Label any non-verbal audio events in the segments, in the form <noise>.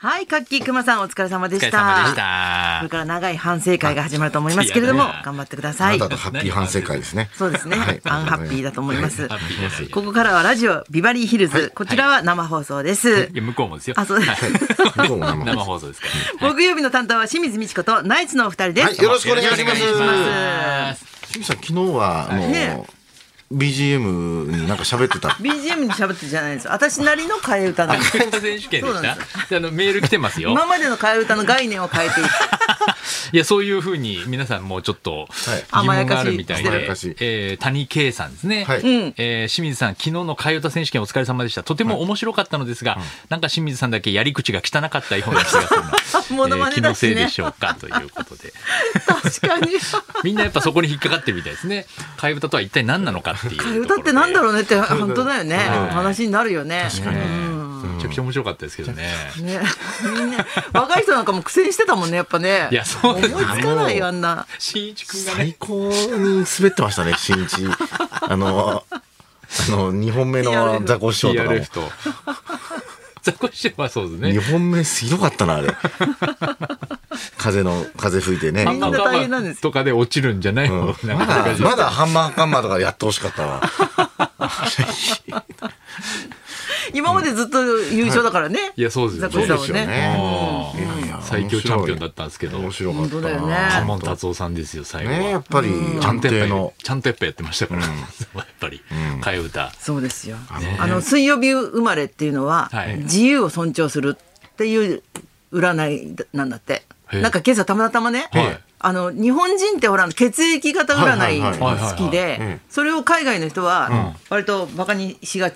はい、カッキーくまさんお疲れ様でお疲しれた。様でこしれかた。ら長い反省会が始まると思いますけれども、いやね頑張ってくだあさい。なたとハッピー反省会ですね。そうですね、はいアンハッピーだと思います。ハッピーじゃないここからはラジオビバリーヒルズ、こちらは生放送です。いや向こうもですよ。あ、そうです。向こうも生生放送ですから。 <laughs> 木曜日の担当は清水美智子とナイツのお二人です。はいよろしくお願いしますよろくお願いします清水さん昨日はあの、ね BGM になんか喋ってた BGM に喋ってるじゃないんですよ。私なりの替え歌なんです。国際選手権そでうしなんたで。であのメール来てますよ。今までの替え歌の概念を変えていく。いやそういうふうに皆さんもうちょっとはい疑問があるみたいで、甘やかしえー谷圭さんですね。はいうん。えー清水さん、昨日の替え歌選手権お疲れ様でした。とても面白かったのですが、なんか清水さんだけやり口が汚かったような気がす <laughs> るの。モノマ <laughs> えーネ気のだせしいでね。しょうかということで。確かに。みんなやっ <laughs> ぱそこに引っかかってるみたいですね。替え歌とは一体何なのかっていうところ替えで。歌ってなんだろうねって本当だよね。はい話になるよね。確かめちゃくちゃ面白かったですけどね。ね、 <laughs> みんな若い人なんかも苦戦してたもんねやっぱねいや、そう思でいすつね。かないよあんな新一君がね最。高に滑ってましたね新一あのあの2本目のザコシショウとかも TRF と。 <laughs> ザコシショウはそうです2ね。本目ひどかったなあれ風の風吹いてねみんな大変なんですとかで落ちるんじゃないうんの、なまんかだまだハンマーカンマーとかやってほしかったわ今までずっと優勝だからね、いや、そうですよザコシショウねは。そうですよねうんいやいや最強チャンピオンだったんですけど。面カ白かっ本当だよたねなモン達夫さんですよ、最後ねやはっ。ぱり安ちゃんとや定っぱのりちゃんとやっぱやってましたから。 <laughs> やっぱり、替え歌。そうですよあの,、ね水曜日生まれっていうのは、はい自由を尊重するっていう占いなんだってへえなんか今朝たまたまね、はいあの日本人ってほら血液型占い好きはいはいはいはいはいはでいそれを海外の人はん割とバカにしがし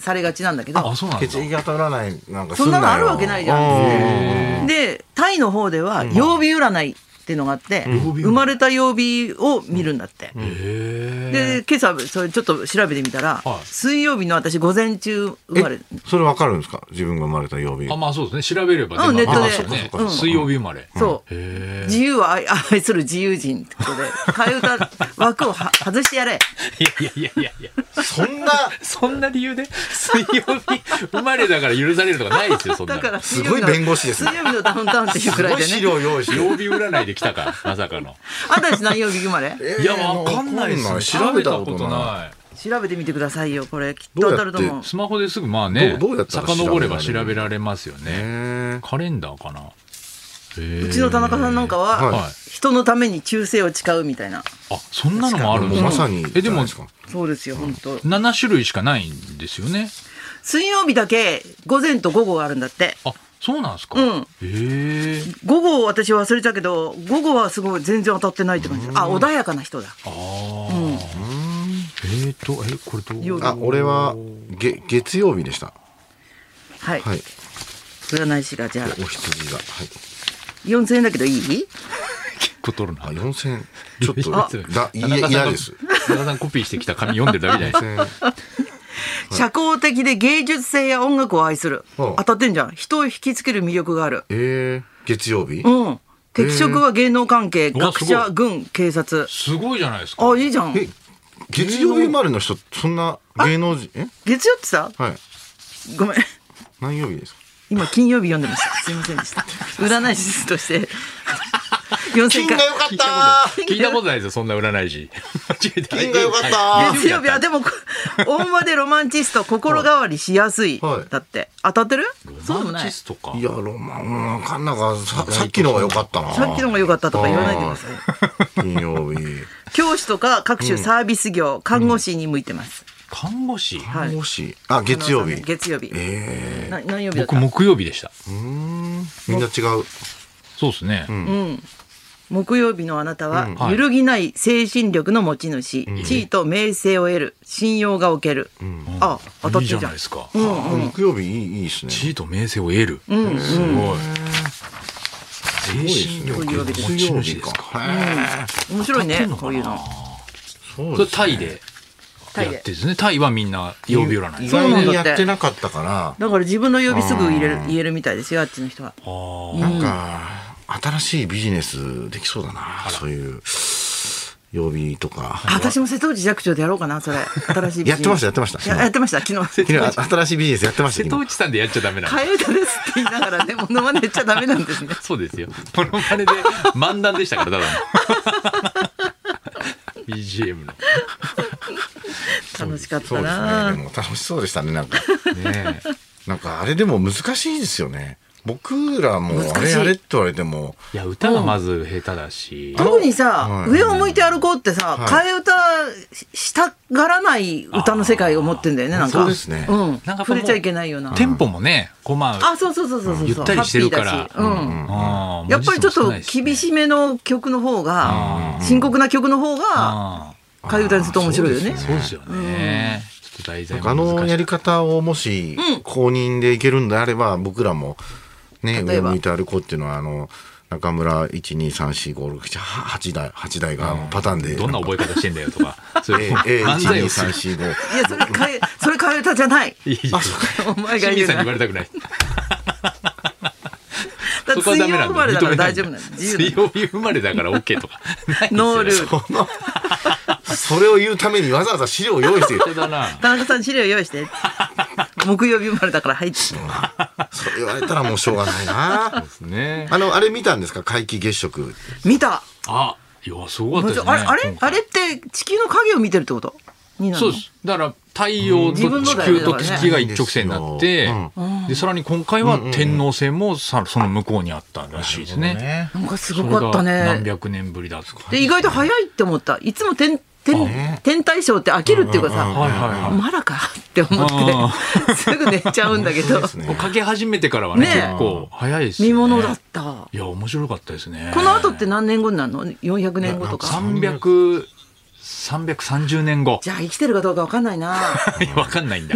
されがちなんだけどあ、そうなんです血か液型占いなんかすそんんななのあよるわけないじゃんうんでタイの方では曜日占いっていうのがあって、生まれた曜日を見るんだって、へえ。で今朝それちょっと調べてみたら、はい水曜日の私午前中生まれえそれわかるんですか自分が生まれた曜日あ、まあそうですね。調べればうん出ネットでますよねあそうかそうかそうか水曜日生まれ。そうへえ。自由を愛 <laughs> 愛する自由人ってことで替え歌枠をは外してやれいやいやいやいやいや。そ <laughs> んなそんな理由で水曜日生まれだから許されるとかないですよ、そんなだの。からすごい弁護士ですね水曜日のダウンタウンっていうくすらいごいで資ね料用意して曜日占いで来たか、まさかの。あたし何曜日生まれえーいや、わかんないですね。調べたことないい。調べてみてくださいよこれきっと当たると思うスマホですぐ、まあね、どうどうやったら調べ遡られるれば調べられますよね。えーカレンダーかな。ううちの田中さんなんかは、はい人のために忠誠を誓うみたいなあ、そんなのもあるんでもすうかまさにえ、でも、じゃないそうですよ本当7種類しかないんですよね。水曜日だけ午前と午後があるんだってあ、そうなんですか。うんへえ。午後を私忘れたけど午後はすごい全然当たってないって感じあ穏やかな人だああ。えっと、え、これどう夜あ俺はげ月曜日でしたはい、はい占い師がじゃあお羊がはい4000円だけどいい結構取るあな。 4千ちょっとあだいや嫌です。田中さんコピーしてきた紙読んでるだけじゃないですか。 4000社交的で芸術性や音楽を愛するほう当たってんじゃん人を引きつける魅力があるえー月曜日うん適職は芸能関係、ー学うわ者す軍警察すごいじゃないですか。あいいじゃんえ月曜日生まれの人そんな芸能人え月曜ってさはいごめん何曜日ですか今金曜日読んでましたすいませんでした占い師として4000円金かが良かった聞いたことないですよ、そんな占い師。間違えた金が良かった月曜日はでもこ大間でロマンチスト心変わりしやすい、はいだって当たってるそうでもマなチいスさトかい。やロマンわかんなかささっきのが良かったなっきのが良かったとか言わないでください金曜日教師とか各種サービス業、看護師に向いてます、看護師はいもしあ月曜日月曜日、えな何曜日だっ僕、た木曜日でした。ーうーんみんな違うそうですね。木曜日のあなたは、はい揺るぎない精神力の持ち主、地位と名声を得る信用がおける、あ当たっいてんじいじゃゃんないですか。木曜日いいいいですね地位と名声を得る。すごい。精神力の持ち主ですか。へ面白い当たってねんのかなこういうのーそそうれですタイでタイやっでてですね。タイはみんな曜日占意い。そう外なんだってにやってなかったからだから自分の曜日すぐ入れる言えるみたいですよあっちの人はあなんか新しいビジネスできそうだなそういう曜日とか。あ私も瀬戸内寂聴でやろうかなそれ新しい美人やってましたやってましたややってました昨日昨日新しいビジネスやってました瀬け戸ど。内さんでやっちゃダメなの替え歌ですって言いながらねモノマネやっちゃダメなんですねそうですよモノマネで漫談でしたからただの <laughs> BGM の楽しかっそたうですな、ね。でも楽しそうでしたねなんか。ねえなんかあれでも難しいですよね。僕らも難しいあれあれって言われても、いや歌がまず下手だし、特にさ、はい上を向いて歩こうってさ、はい替え歌したがらない歌の世界を持ってんだよねなんかそうですねうん、なんか触れちゃいけないようなテンポもねこうまああそうそうそうそうそうゆったりしてるからハッピーだしうんあーやっぱりちょっと文字数も少ないしね厳しめの曲の方があ、ー深刻な曲の方が、あ替え歌にすると面白いよねあー。ーそうですよね、ちょっと題材もあ難しいのやり方をもし公認でいけるんであれば、僕らもね例え上ば向いて歩こうっていうのはあの中村一二三四五六七八台八台がパターンで、どんな覚え方してんだよとか、そういう <laughs> え <laughs> え漫一才二をす三る。四五いや、それ替え、それ替え歌じゃない。いやいやお前が清言水うさな。んに言わだれたくない。って水曜生まれだから大丈夫なの。自水由な曜日生まれだから <laughs> OK とか。の。ノールール。このそれを言うためにわざわざ資料を用意して本当だな。田中さん資料用意 <laughs> して。木曜日生まれだから入って。それ言われたらもうしょうがな <laughs> いなね。あのあれ見たんですか皆既月食見た。あ、いやすごあかっれたですね。あれ今回あれって地球の影を見てるってことになるそうのです。だから太陽自と分の地だよね球と月が一直線になってうん、でさらに今回は天王星もさその向こうにあったらしいですね。なんかすそごれかったが何ね。百年ぶりだとか。で、意外と早いって思った。いつも天、天ね、天体ショーって飽きるっていうかさ。はいはいはい。まだかって思あって、すぐ寝ちゃうんだけど、ですねこうかけ始めてからはねねえ結構早いですね見物だった。いや面白かったですねこの後って何年後になるの ?400 年後とか。 300 330年後じゃあ生きてるかどうかわかんない <laughs> な。いやわかんないんだ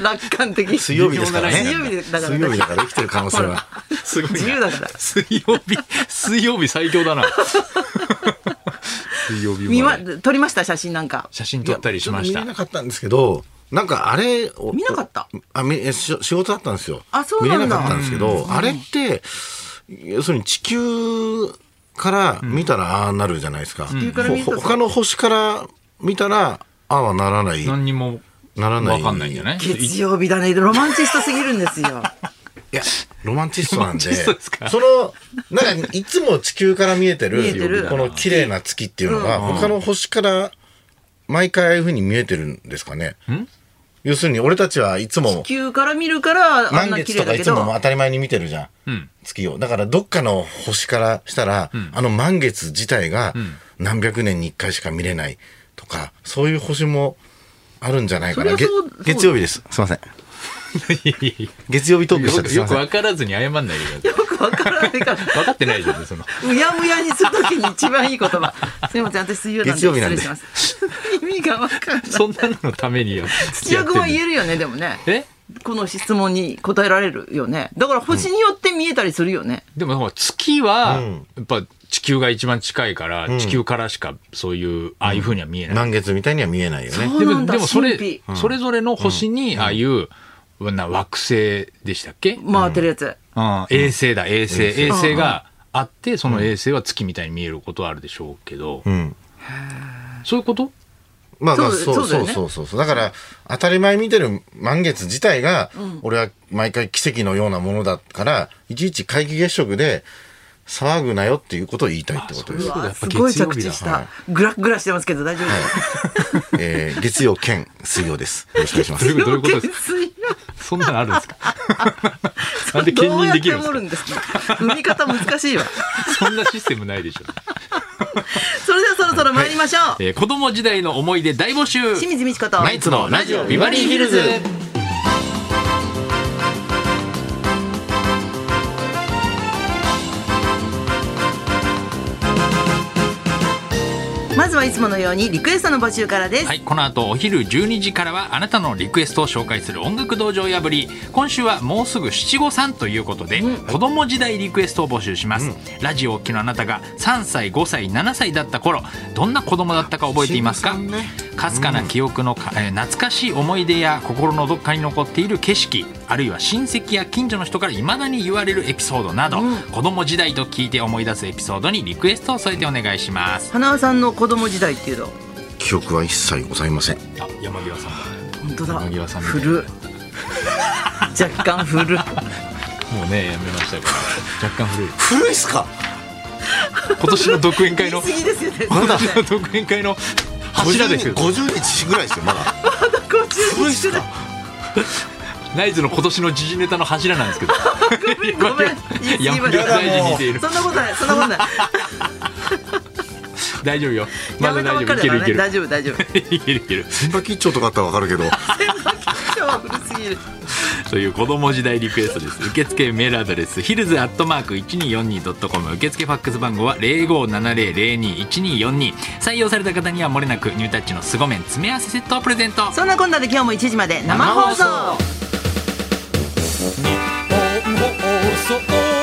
楽観的。水曜日ですからね水曜日だから水曜日だから生きてる可能性ほ <laughs> らはすごいな自由だから水曜日水曜日最強 <laughs> だな水曜日見生ままれ、撮りました写真なんか。写真撮ったりしましいたやちょっと見れなかったんですけどなんかあれを見なかったあみえし仕事だったんですよあそうなんだ見れなかったんですけど、あれって要するに地球から見たらああなるじゃないですか、球から見るとほ他の星から見たらああはならない何にもならないわかんないんじゃない月曜日だね。ロマンチストすぎるんですよ。いやロマンチストなんでロマンチストですかそのなんかいつも地球から見えてる見えてるこの綺麗な月っていうのが、他の星から毎回ああいうふうに見えてるんですかね、要するに俺たちはいつ地も球から見るからあん満な綺月と麗かだいけつもど。当たり前に見てるじゃん、ん月をだからどっかの星からしたら、あの満月自体が何百年に一回しか見れないとかそういう星もあるんじゃないかなそれげはそうそう月曜日ですすいません <laughs> 月曜日トークでしたよねくすいよまくせん分からずに謝んないでくださよくわからないから。い分かってないじゃんそのうやむやにするときに一番いい言葉。すみません、私水曜なんで月曜日な失礼んでします。意味がわかんない。そんなののためによ土屋君は言ええるよね、でもね。えこの質問に答えられるよね。だから星によって見えたりするよね。でもほら月はうんやっぱ地球が一番近いから地球からしかそういうああいうふうには見えない満月みたいには見えないよねそうでなんもだでもそ神れ秘それぞれの星にああいうな惑星でしたっけ、うん、回ってるやつ。衛星だ衛星衛星衛星があってその衛星は月みたいに見えることはあるでしょうけど、うんそういうことまあまあそそううだそようねそうそうそうだから当たり前見てる満月自体が俺は毎回奇跡のようなものだからいちいち皆既月食で騒ぐなよっていうことを言いたいってことでそすうだやっすぱごい月曜着日地だした。グラグラしてますけど大丈夫ですえー月曜兼水曜です。よろしくお願いしまどういうす。ことどういうこと余計ですか水曜そんなのあるんですかなんで兼どう任やっでてきるんです盛かるんですか <laughs> 踏み方難しいわ。そんなシステムないでしょ、それではそろそろ参りましょう。えー子供時代の思い出大募集清水美智子と。ナイツのラジオビバリーヒルズ。まずはいつものようにリクエストの募集からです。はい、この後お昼12時からはあなたのリクエストを紹介する音楽道場破り今週はもうすぐ七五三ということで、子供時代リクエストを募集します、ラジオをお聞きのあなたが3歳5歳7歳だった頃どんな子供だったか覚えていますか、ねかすかな記憶のか、えー懐かしい思い出や心のどっかに残っている景色あるいは親戚や近所の人からいまだに言われるエピソードなど、子供時代と聞いて思い出すエピソードにリクエストを添えてお願いします花輪さんの子供時代っていうの記憶は一切ございませんあ山際さん本当だ柳葉さんみたいな古っ若干古っもうねやめましたけど若干古い古いっすか今年の独演会の言い過ぎですよね今年の独演会の柱です <laughs> よ50日50日ぐらい <laughs> ですよまだ古いっすか <laughs> ナイツの今年の時事ネタの柱なんですけどごめん言い過ぎました山際大臣に似ているそんなことないそんなことない大丈夫よまやだめたば大っか丈り夫いだけからねるいける大丈夫大丈夫いけるい <laughs> ける千葉吉兆とかあったらわかるけど今日は古すぎるという子供時代リクエストです受付メールアドレスヒルズアットマーク 1242.com 受付ファックス番号は0570021242採用された方にはもれなくニュータッチの凄麺詰め合わせセットをプレゼントそんなこんなで今日も1時まで生放送日本放送